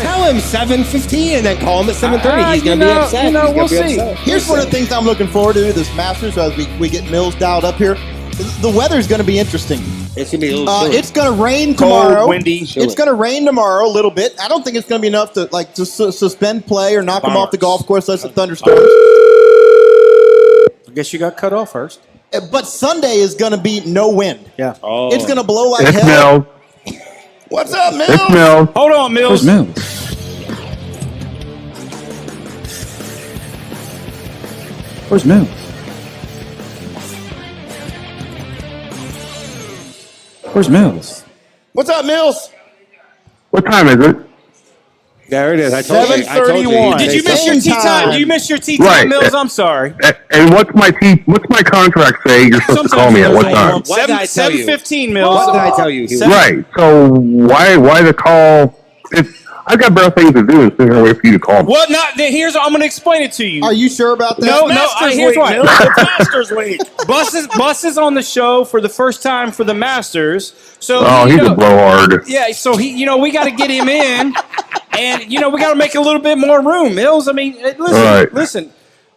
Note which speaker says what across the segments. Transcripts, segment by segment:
Speaker 1: tell him 7:15 and then call him at 7:30.
Speaker 2: Uh,
Speaker 1: He's
Speaker 2: you
Speaker 1: going to
Speaker 2: know-
Speaker 1: be upset.
Speaker 2: you know,
Speaker 1: He's gonna
Speaker 2: we'll
Speaker 1: be
Speaker 2: see.
Speaker 1: upset.
Speaker 3: Here's one of the things I'm looking forward to this Masters as we, we get Mills dialed up here. The weather's going to be interesting.
Speaker 1: It's going to be a little
Speaker 3: Uh,
Speaker 1: chilly.
Speaker 3: it's going to rain
Speaker 4: Cold,
Speaker 3: tomorrow.
Speaker 4: windy.
Speaker 3: It's going to rain tomorrow a little bit. I don't think it's going to be enough to like to su- suspend play or knock them off the golf course unless it thunderstorms.
Speaker 4: I guess you got cut off first.
Speaker 3: Uh, But Sunday is going to be no wind.
Speaker 4: Yeah.
Speaker 1: Oh.
Speaker 3: It's going to blow like
Speaker 5: It's
Speaker 3: hell.
Speaker 5: Mel.
Speaker 3: What's up, Mills?
Speaker 5: It's Mel.
Speaker 4: Hold on, Mills.
Speaker 5: It's Mel. Where's Mel? Where's Mills?
Speaker 3: What's up, Mills?
Speaker 5: What time is it?
Speaker 1: There it is. I told you. I told you.
Speaker 4: 7:31.
Speaker 1: Did you miss
Speaker 3: Same
Speaker 1: your
Speaker 4: Tea time.
Speaker 3: time.
Speaker 4: You missed your tea time,
Speaker 5: Right.
Speaker 4: Mills. I'm sorry.
Speaker 5: A- And what's my t- what's my contract say? You're supposed to call me at
Speaker 4: Mills,
Speaker 5: what
Speaker 4: I
Speaker 5: time?
Speaker 4: want-
Speaker 1: Why did I
Speaker 4: Seven,
Speaker 1: tell you?
Speaker 4: seven fifteen, Mills.
Speaker 1: What did I tell you? He was-
Speaker 5: Right. So why why the call? It's, I've got better things to do than sit here and wait for you to call me.
Speaker 4: Well, not then. Here's I'm gonna explain it to you.
Speaker 3: Are you sure about that?
Speaker 4: no, no.
Speaker 2: Masters
Speaker 4: I, here's
Speaker 2: week,
Speaker 4: why.
Speaker 2: Mills.
Speaker 4: Masters League. Buses, buses on the show for the first time for the Masters. So
Speaker 5: Oh,
Speaker 4: you
Speaker 5: he's a
Speaker 4: know-
Speaker 5: blowhard.
Speaker 4: Yeah, so he, you know, we got to get him in, and you know, we got to make a little bit more room, Mills. I mean, eh, listen,
Speaker 5: Right.
Speaker 4: listen.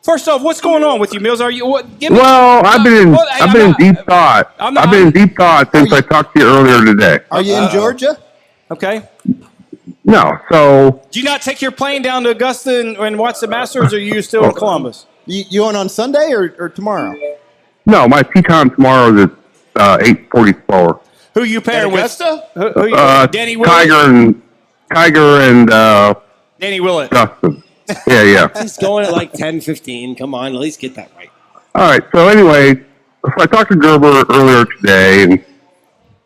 Speaker 4: First off, what's going on with you, Mills? Are you? What, give me,
Speaker 5: Well, I've been in
Speaker 4: Well, hey,
Speaker 5: I've
Speaker 4: I'm
Speaker 5: been in
Speaker 4: not-
Speaker 5: deep thought.
Speaker 4: I'm not-
Speaker 5: I've been in deep thought since I talked to you earlier today.
Speaker 3: Are you in Georgia?
Speaker 4: okay.
Speaker 5: No, so
Speaker 4: Do you not take your plane down to Augusta and, and watch the Masters, or are you
Speaker 5: Oh.
Speaker 4: still in Columbus?
Speaker 3: You, you on on Sunday or, or tomorrow?
Speaker 5: no, my tea time tomorrow is at uh, eight forty four.
Speaker 4: Who you pairing with? Who, who you,
Speaker 5: Uh,
Speaker 4: Danny Willett.
Speaker 5: Tiger and Tiger and uh,
Speaker 4: Danny Willett.
Speaker 5: Dustin. Yeah, yeah.
Speaker 1: It's going at like 10:15. Come on, at least get that right.
Speaker 5: All right. So anyway, so I talked to Gerber earlier today, and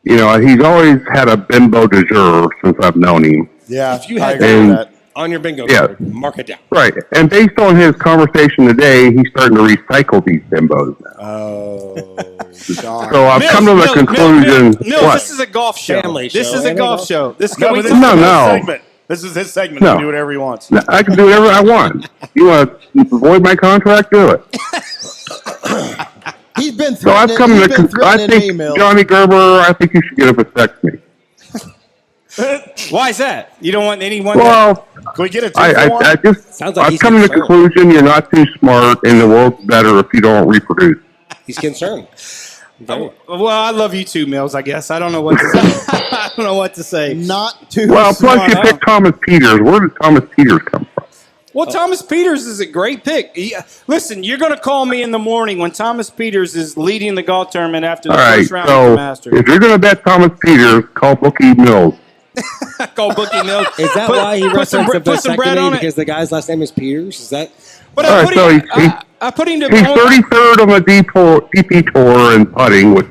Speaker 5: you know he's always had a bimbo de jour since I've known him.
Speaker 3: Yeah,
Speaker 1: If you had
Speaker 5: And-
Speaker 1: on your bingo
Speaker 5: Yeah.
Speaker 1: card, mark it down.
Speaker 5: Right. And based on his conversation today, he's starting to recycle these bimbos now.
Speaker 3: Oh,
Speaker 5: So I've come to the
Speaker 4: Mills,
Speaker 5: conclusion.
Speaker 4: Mills, Mills,
Speaker 5: what?
Speaker 4: this is a golf show.
Speaker 1: Family
Speaker 4: this
Speaker 1: show.
Speaker 4: is a
Speaker 1: Ain't it
Speaker 4: golf
Speaker 1: golf?
Speaker 4: show. This
Speaker 2: No,
Speaker 4: can we
Speaker 2: but this
Speaker 4: talk-
Speaker 5: No,
Speaker 2: is his
Speaker 5: no.
Speaker 2: segment. This is his segment. He
Speaker 5: No.
Speaker 2: can do whatever he wants.
Speaker 5: I can do whatever I want. You want to void my contract? Do it.
Speaker 3: He's been
Speaker 5: So I've
Speaker 3: threatening,
Speaker 5: come
Speaker 3: he's
Speaker 5: to.
Speaker 3: been
Speaker 5: Con- I
Speaker 3: threatening
Speaker 5: think
Speaker 3: me, Mills.
Speaker 5: Johnny Gerber. I think you should get up and text me.
Speaker 4: Why is that? You don't want anyone.
Speaker 5: Well,
Speaker 2: Can we get a two
Speaker 5: I,
Speaker 2: for one?
Speaker 5: I, I just.
Speaker 1: Sounds like
Speaker 5: I've
Speaker 1: he's
Speaker 5: come to the
Speaker 1: concerned.
Speaker 5: conclusion you're not too smart, and the world's better if you don't reproduce.
Speaker 1: He's concerned. Very-
Speaker 4: well, I love you too, Mills. I guess I don't know what to say. I don't know what to say.
Speaker 3: Not too
Speaker 5: Well, plus
Speaker 3: smart.
Speaker 5: you picked Thomas Peters. Where did Thomas Peters come from?
Speaker 4: Well,
Speaker 2: Oh.
Speaker 4: Thomas Peters is a great pick. He- listen, you're going to call me in the morning when Thomas Peters is leading the golf tournament after the
Speaker 5: All right,
Speaker 4: first round of the
Speaker 5: so
Speaker 4: Masters.
Speaker 5: if you're going to bet Thomas Peters, call Bookie Mills.
Speaker 4: Go Bookie Mills.
Speaker 1: Is that
Speaker 4: Put-
Speaker 1: why he
Speaker 4: put some
Speaker 1: referenced a
Speaker 4: bre- put some bread
Speaker 1: vasectomy
Speaker 4: on it?
Speaker 1: because the guy's last name is Peters? Is that
Speaker 4: But
Speaker 5: All
Speaker 4: I
Speaker 5: right,
Speaker 4: put,
Speaker 5: so
Speaker 4: him,
Speaker 5: he- he-
Speaker 4: I, I put him to
Speaker 5: He's 33rd on the D4 DP Tour in putting, which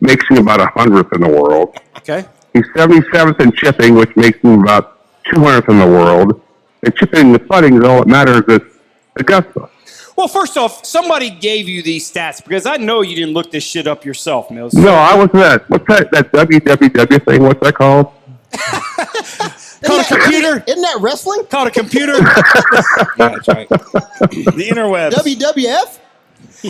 Speaker 5: makes him about 100th in the world.
Speaker 4: Okay.
Speaker 5: He's 77th in chipping, which makes him about 200th in the world. And chipping and putting is all that matters at Augusta.
Speaker 4: Well, first off, somebody gave you these stats because I know you didn't look this shit up yourself, Mills.
Speaker 5: No, I was that. What's that? That WWW thing? What's that called?
Speaker 4: Called a computer.
Speaker 3: Isn't that wrestling?
Speaker 4: Called a computer.
Speaker 1: yeah, that's right.
Speaker 2: the interwebs.
Speaker 3: WWF?
Speaker 4: So,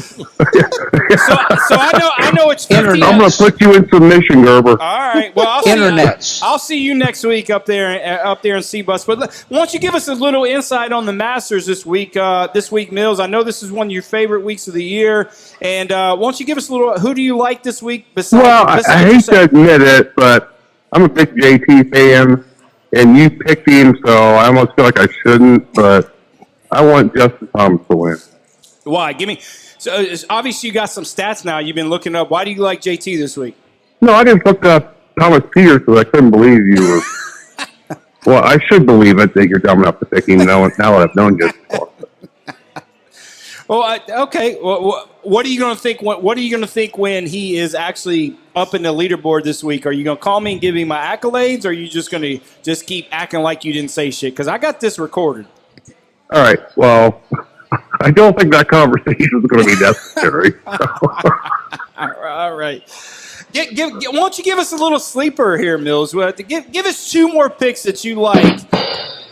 Speaker 4: so I know I know it's 50.
Speaker 5: I'm going to put you in submission, Gerber.
Speaker 4: All right. Well, I'll
Speaker 6: Internets.
Speaker 4: See, I'll see you next week up there, uh, up there in Seabus. But let- why don't you give us a little insight on the Masters this week? Uh, this week, Mills. I know this is one of your favorite weeks of the year, and uh, why don't you give us a little? Who do you like this week? Besides,
Speaker 5: Well, I, I hate
Speaker 4: besides
Speaker 5: to admit it, but I'm a big JT fan, and you picked him, so I almost feel like I shouldn't, but I want Justin Thomas to win.
Speaker 4: Why? Give me. So uh, obviously, you got some stats now. You've been looking up. Why do you like JT this week?
Speaker 5: No, I just looked up Thomas Peters because I couldn't believe you were. well, I should believe it that you're dumb enough to pick him now, now that I've known you.
Speaker 4: Well, I, okay. Well, wha- what are you going to think? What, what are you going to think when he is actually up in the leaderboard this week? Are you going to call me and give me my accolades, or are you just going to just keep acting like you didn't say shit? Because I got this recorded.
Speaker 5: All right, well, I don't think that conversation is going to be necessary.
Speaker 4: All right. All right. Get, give, get- why don't you give us a little sleeper here, Mills? Well, to Give, give us two more picks that you like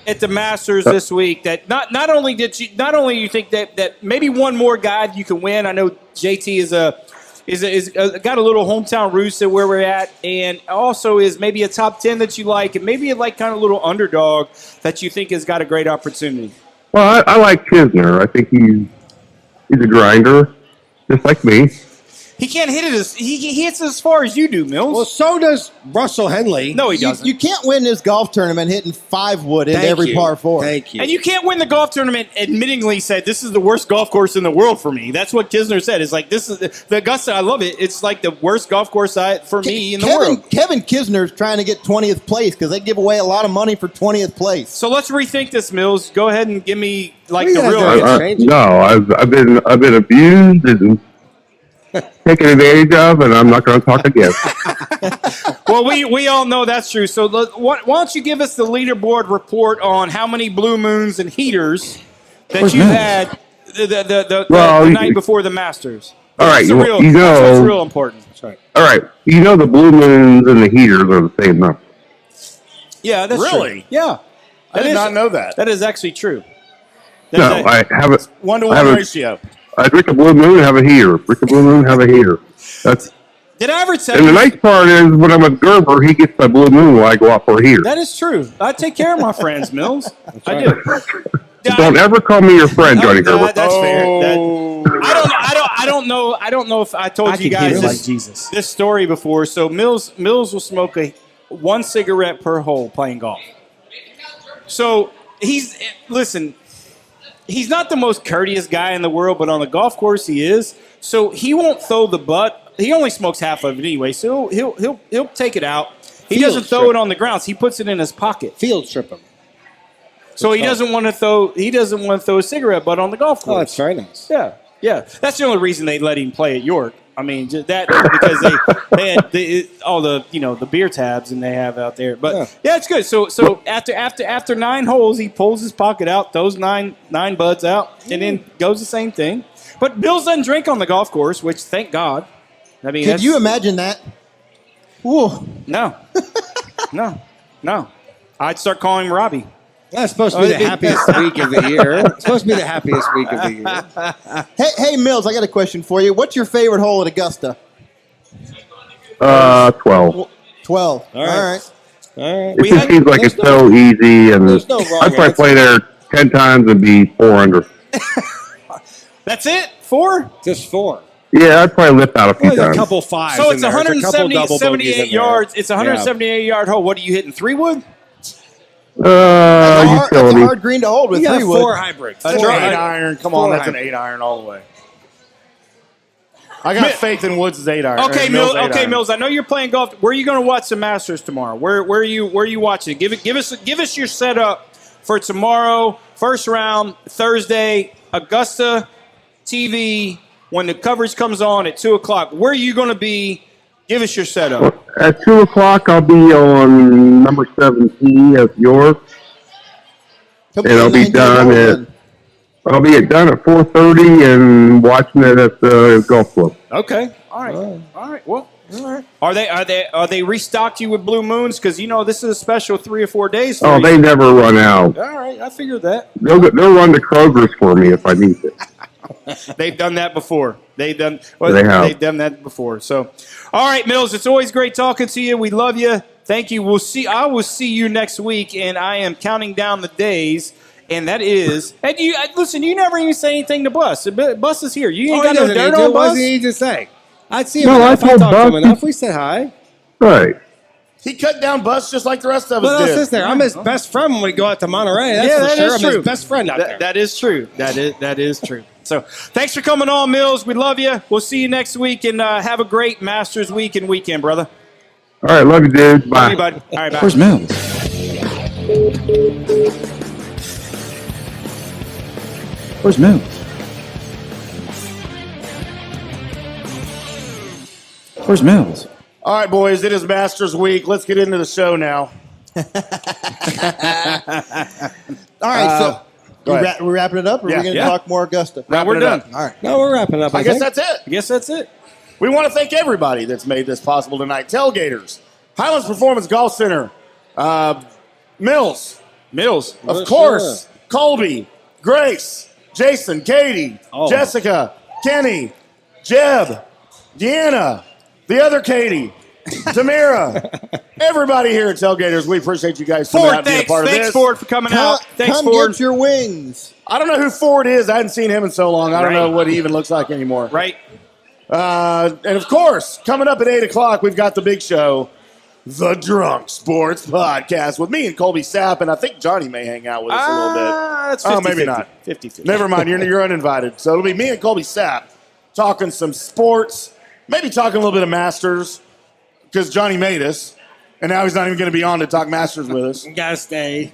Speaker 4: at the Masters this week. That not not only did you not only you think that that maybe one more guy you can win. I know JT is a is is uh, got a little hometown roots at where we're at, and also is maybe a top ten that you like, and maybe a like kind of little underdog that you think has got a great opportunity.
Speaker 5: Well, I, I like Kisner. I think he's he's a grinder, just like me.
Speaker 4: He can't hit it as he, he hits it as far as you do, Mills.
Speaker 1: Well, so does Russell Henley.
Speaker 4: no, he
Speaker 3: You,
Speaker 4: doesn't.
Speaker 3: you can't win this golf tournament hitting five wood in
Speaker 1: Thank
Speaker 3: every
Speaker 1: you.
Speaker 3: par four.
Speaker 1: Thank you.
Speaker 4: And you can't win the golf tournament. Admittingly, said this is the worst golf course in the world for me. That's what Kisner said. It's like this is the Augusta. I love it. It's like the worst golf course I for me in the
Speaker 3: Kevin,
Speaker 4: world.
Speaker 3: Kevin Kisner's trying to get 20th place because they give away a lot of money for 20th place.
Speaker 4: So let's rethink this, Mills. Go ahead and give me like
Speaker 1: We
Speaker 4: the
Speaker 1: gotta
Speaker 4: real.
Speaker 1: do
Speaker 5: I,
Speaker 1: it.
Speaker 4: answer.
Speaker 5: I,
Speaker 1: Change it.
Speaker 5: no, I've I've been I've been abused and taken advantage of, and I'm not going to talk again.
Speaker 4: well, we we all know that's true. So let, why, why don't you give us the leaderboard report on how many blue moons and heaters that you had the the, the, the,
Speaker 5: Well,
Speaker 4: the
Speaker 5: you-
Speaker 4: night before the Masters?
Speaker 5: All right,
Speaker 4: That's the
Speaker 5: you-
Speaker 4: real,
Speaker 5: you
Speaker 4: that's what's
Speaker 5: know-
Speaker 4: real important.
Speaker 1: That's right.
Speaker 5: All right, you know the blue moons and the heaters are the same number.
Speaker 4: Yeah, that's true.
Speaker 2: Really?
Speaker 4: Yeah,
Speaker 2: I
Speaker 4: That
Speaker 2: did
Speaker 4: is-
Speaker 2: not know that.
Speaker 4: that is actually true.
Speaker 5: No,
Speaker 4: That's it.
Speaker 5: I have a
Speaker 2: One to
Speaker 5: I
Speaker 2: one
Speaker 5: haven't-
Speaker 2: ratio.
Speaker 5: I drink a blue moon, have a heater. Drink a blue moon, have a heater. That's
Speaker 4: Did I ever tell
Speaker 5: and the
Speaker 4: you?
Speaker 5: nice part is when I'm with Gerber, he gets my blue moon while I go out for a heater.
Speaker 4: That is true. I take care of my friends, Mills. I do. Yeah,
Speaker 5: Don't
Speaker 4: I-
Speaker 5: ever call me your friend, Johnny
Speaker 4: No,
Speaker 5: Gerber.
Speaker 4: that- that's fair. That-
Speaker 2: Oh.
Speaker 4: I don't. I don't. I don't know. I don't know if I told you
Speaker 1: hear
Speaker 4: guys
Speaker 1: it
Speaker 4: this,
Speaker 1: like Jesus.
Speaker 4: this story before. So Mills Mills will smoke a one cigarette per hole playing golf. So he's listen. He's not the most courteous guy in the world, but on the golf course he is. So he won't throw the butt. He only smokes half of it anyway. So he'll he'll he'll, he'll take it out. He
Speaker 1: Field
Speaker 4: doesn't throw
Speaker 1: trip.
Speaker 4: it on the grounds. He puts it in his pocket.
Speaker 1: Field trip him.
Speaker 4: So he
Speaker 1: Oh.
Speaker 4: doesn't want to throw. He doesn't want to throw a cigarette butt on the golf
Speaker 1: Oh,
Speaker 4: course.
Speaker 1: that's very nice.
Speaker 4: Yeah, yeah. That's the only reason they let him play at York. I mean, ju- that because they they had the, all the you know the beer tabs and they have out there. But
Speaker 1: Yeah.
Speaker 4: yeah, it's good. So so after after after nine holes, he pulls his pocket out, throws nine nine buds out, and then goes the same thing. But Bill's doesn't drink on the golf course, which thank God. I mean,
Speaker 3: Could
Speaker 4: that's-
Speaker 3: you imagine that? Ooh.
Speaker 4: No, no, no. I'd start calling him Robbie.
Speaker 1: That's supposed to be
Speaker 4: Oh,
Speaker 1: the
Speaker 4: it-
Speaker 1: happiest week of the year. It's supposed to be the happiest week of the year.
Speaker 3: Hey, hey, Mills, I got a question for you. What's your favorite hole at Augusta?
Speaker 5: Uh, twelve.
Speaker 3: 12. All
Speaker 1: right.
Speaker 3: right.
Speaker 1: All right.
Speaker 5: It
Speaker 4: We
Speaker 5: just
Speaker 4: had-
Speaker 5: seems like it's
Speaker 1: there's no-
Speaker 5: so easy, and
Speaker 1: there's no wrong
Speaker 5: I'd probably
Speaker 1: answer.
Speaker 5: play there ten times and be four under.
Speaker 4: That's it. Four.
Speaker 1: Just four.
Speaker 5: Yeah, I'd probably lift out a few
Speaker 1: There's a
Speaker 5: times.
Speaker 1: couple fives.
Speaker 4: So
Speaker 1: in
Speaker 4: it's
Speaker 1: there. There's a couple
Speaker 4: 170,
Speaker 1: double bogeys in
Speaker 4: 78
Speaker 1: there.
Speaker 4: yards. It's a
Speaker 1: Yeah.
Speaker 4: 178 yard hole. What are you hitting? Three wood?
Speaker 3: That's, a
Speaker 5: Uh,
Speaker 3: hard, that's a
Speaker 5: utility.
Speaker 3: hard green to hold with
Speaker 1: You got
Speaker 3: three
Speaker 1: a
Speaker 3: wood.
Speaker 1: four hybrid.
Speaker 2: That's
Speaker 1: Four
Speaker 2: an eight
Speaker 1: hybrid.
Speaker 2: iron. Come
Speaker 1: Four
Speaker 2: on, that's an
Speaker 1: iron.
Speaker 2: eight iron all the way. I got
Speaker 4: Mi-
Speaker 2: faith in Woods' eight iron.
Speaker 4: Okay,
Speaker 2: or
Speaker 4: Mills.
Speaker 2: eight
Speaker 4: Okay,
Speaker 2: iron.
Speaker 4: Mills. I know you're playing golf. Where are you going to watch the Masters tomorrow? Where Where are you Where are you watching? Give it. Give us. Give us your setup for tomorrow. First round Thursday, Augusta TV. When the coverage comes on at two o'clock, where are you going to be? Give us your setup.
Speaker 5: At two o'clock, I'll be on number seventeen at York.
Speaker 3: Couple
Speaker 5: It'll
Speaker 3: of
Speaker 5: be
Speaker 3: 19
Speaker 5: done
Speaker 3: holes
Speaker 5: at-
Speaker 3: in.
Speaker 5: I'll be at done at four thirty and watching it at the golf club.
Speaker 4: Okay. All right. All right. Well. All right. Are they are they are they restocked you with blue moons? Because you know this is a special three or four days. For
Speaker 5: Oh,
Speaker 4: you.
Speaker 5: they never run out.
Speaker 4: All right. I figured that.
Speaker 5: They'll go- they'll run to Kroger's for me if I need it.
Speaker 4: They've done that before. They've done well,
Speaker 5: They
Speaker 4: they
Speaker 5: have.
Speaker 4: have done that before. So, all right, Mills, it's always great talking to you. We love you. Thank you. We'll see. I will see you next week, and I am counting down the days. And that is, and you uh, listen. You never even say anything to Bus. Bu- Bus is here. You ain't
Speaker 1: Oh, he
Speaker 4: got no
Speaker 1: doesn't
Speaker 4: dirt
Speaker 1: need to.
Speaker 4: on
Speaker 1: What does
Speaker 4: Bus.
Speaker 1: he need to say? I'd see him
Speaker 5: No, I
Speaker 1: enough. I
Speaker 5: told
Speaker 1: talked to him
Speaker 5: Buck-
Speaker 1: enough. We said hi.
Speaker 5: Right.
Speaker 2: He cut down bus just like the rest of us
Speaker 1: What else
Speaker 2: did.
Speaker 1: is there? I'm his best friend when we go out to Monterey. That's
Speaker 4: Yeah,
Speaker 1: for
Speaker 4: that
Speaker 1: sure.
Speaker 4: is
Speaker 1: I'm
Speaker 4: true.
Speaker 1: his best friend out
Speaker 4: That-
Speaker 1: there.
Speaker 4: that is true. That is that is true. So, thanks for coming on, Mills. We love you. We'll see you next week, and uh, have a great Masters week and weekend, brother.
Speaker 5: All right. Love you, dude. Bye.
Speaker 4: Love you, bud. All right, bye.
Speaker 6: Where's Mills? Where's Mills? Where's Mills?
Speaker 2: All right, boys, it is Masters Week. Let's get into the show now.
Speaker 3: All right, so we
Speaker 2: go ahead.
Speaker 3: ra- we're wrapping it up, or
Speaker 2: Yeah.
Speaker 3: are we going to
Speaker 4: Uh, Yeah.
Speaker 3: talk more Augusta?
Speaker 4: Now we're
Speaker 2: Wrapping it
Speaker 4: done.
Speaker 2: up.
Speaker 3: All right.
Speaker 1: no, we're wrapping up. I,
Speaker 2: I guess
Speaker 1: think.
Speaker 2: that's it.
Speaker 4: I guess that's it.
Speaker 2: We want to thank everybody that's made this possible tonight. Tailgaters, Highlands Performance Golf Center, uh, Mills,
Speaker 4: Mills.
Speaker 2: of
Speaker 1: Yes,
Speaker 2: course, Colby, Grace, Jason, Katie,
Speaker 4: Oh.
Speaker 2: Jessica, Kenny, Jeb, Deanna, the other Katie, Tamira, everybody here at Tailgaters. We appreciate you guys coming out
Speaker 4: Ford,
Speaker 2: and being a
Speaker 4: thanks.
Speaker 2: part of
Speaker 4: Thanks,
Speaker 2: this.
Speaker 4: Ford, for coming
Speaker 3: Come,
Speaker 4: out. Thanks,
Speaker 3: come
Speaker 4: Ford.
Speaker 3: get your wings.
Speaker 2: I don't know who Ford is. I hadn't seen him in so long. I don't
Speaker 4: Right.
Speaker 2: know what he even looks like anymore.
Speaker 4: right.
Speaker 2: Uh, and of course, coming up at 8 o'clock, we've got the big show, The Drunk Sports Podcast, with me and Colby Sapp. And I think Johnny may hang out with us a little bit.
Speaker 4: Ah, that's 50,
Speaker 2: Oh, maybe not.
Speaker 4: 50 50.
Speaker 2: Never mind. You're, you're uninvited. So it'll be me and Colby Sapp talking some sports, maybe talking a little bit of Masters because Johnny made us, and now he's not even going to be on to talk Masters with us.
Speaker 1: Gotta stay.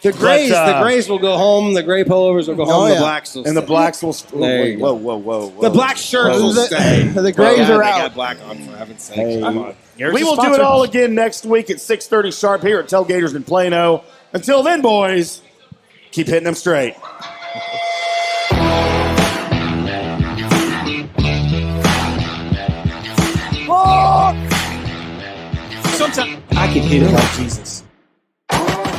Speaker 1: The grays,
Speaker 2: uh,
Speaker 1: the grays will go home. The gray pullovers will go home.
Speaker 3: yeah.
Speaker 1: Oh, The blacks will
Speaker 2: And the
Speaker 1: stay.
Speaker 2: blacks will. St-
Speaker 1: There you
Speaker 2: whoa, whoa, whoa, whoa.
Speaker 1: the black shirts will
Speaker 3: The-
Speaker 1: stay.
Speaker 3: the grays
Speaker 1: Yeah,
Speaker 3: are
Speaker 1: they
Speaker 3: out.
Speaker 1: Got black on for heaven's sake.
Speaker 2: Hey.
Speaker 1: Come on.
Speaker 4: Here's
Speaker 2: we
Speaker 4: a
Speaker 2: will do
Speaker 4: sponsor.
Speaker 2: it all again next week at 6.30 sharp here at Tailgaters in Plano. Until then, boys, keep hitting them straight.
Speaker 4: Sometimes I can hit it like Jesus.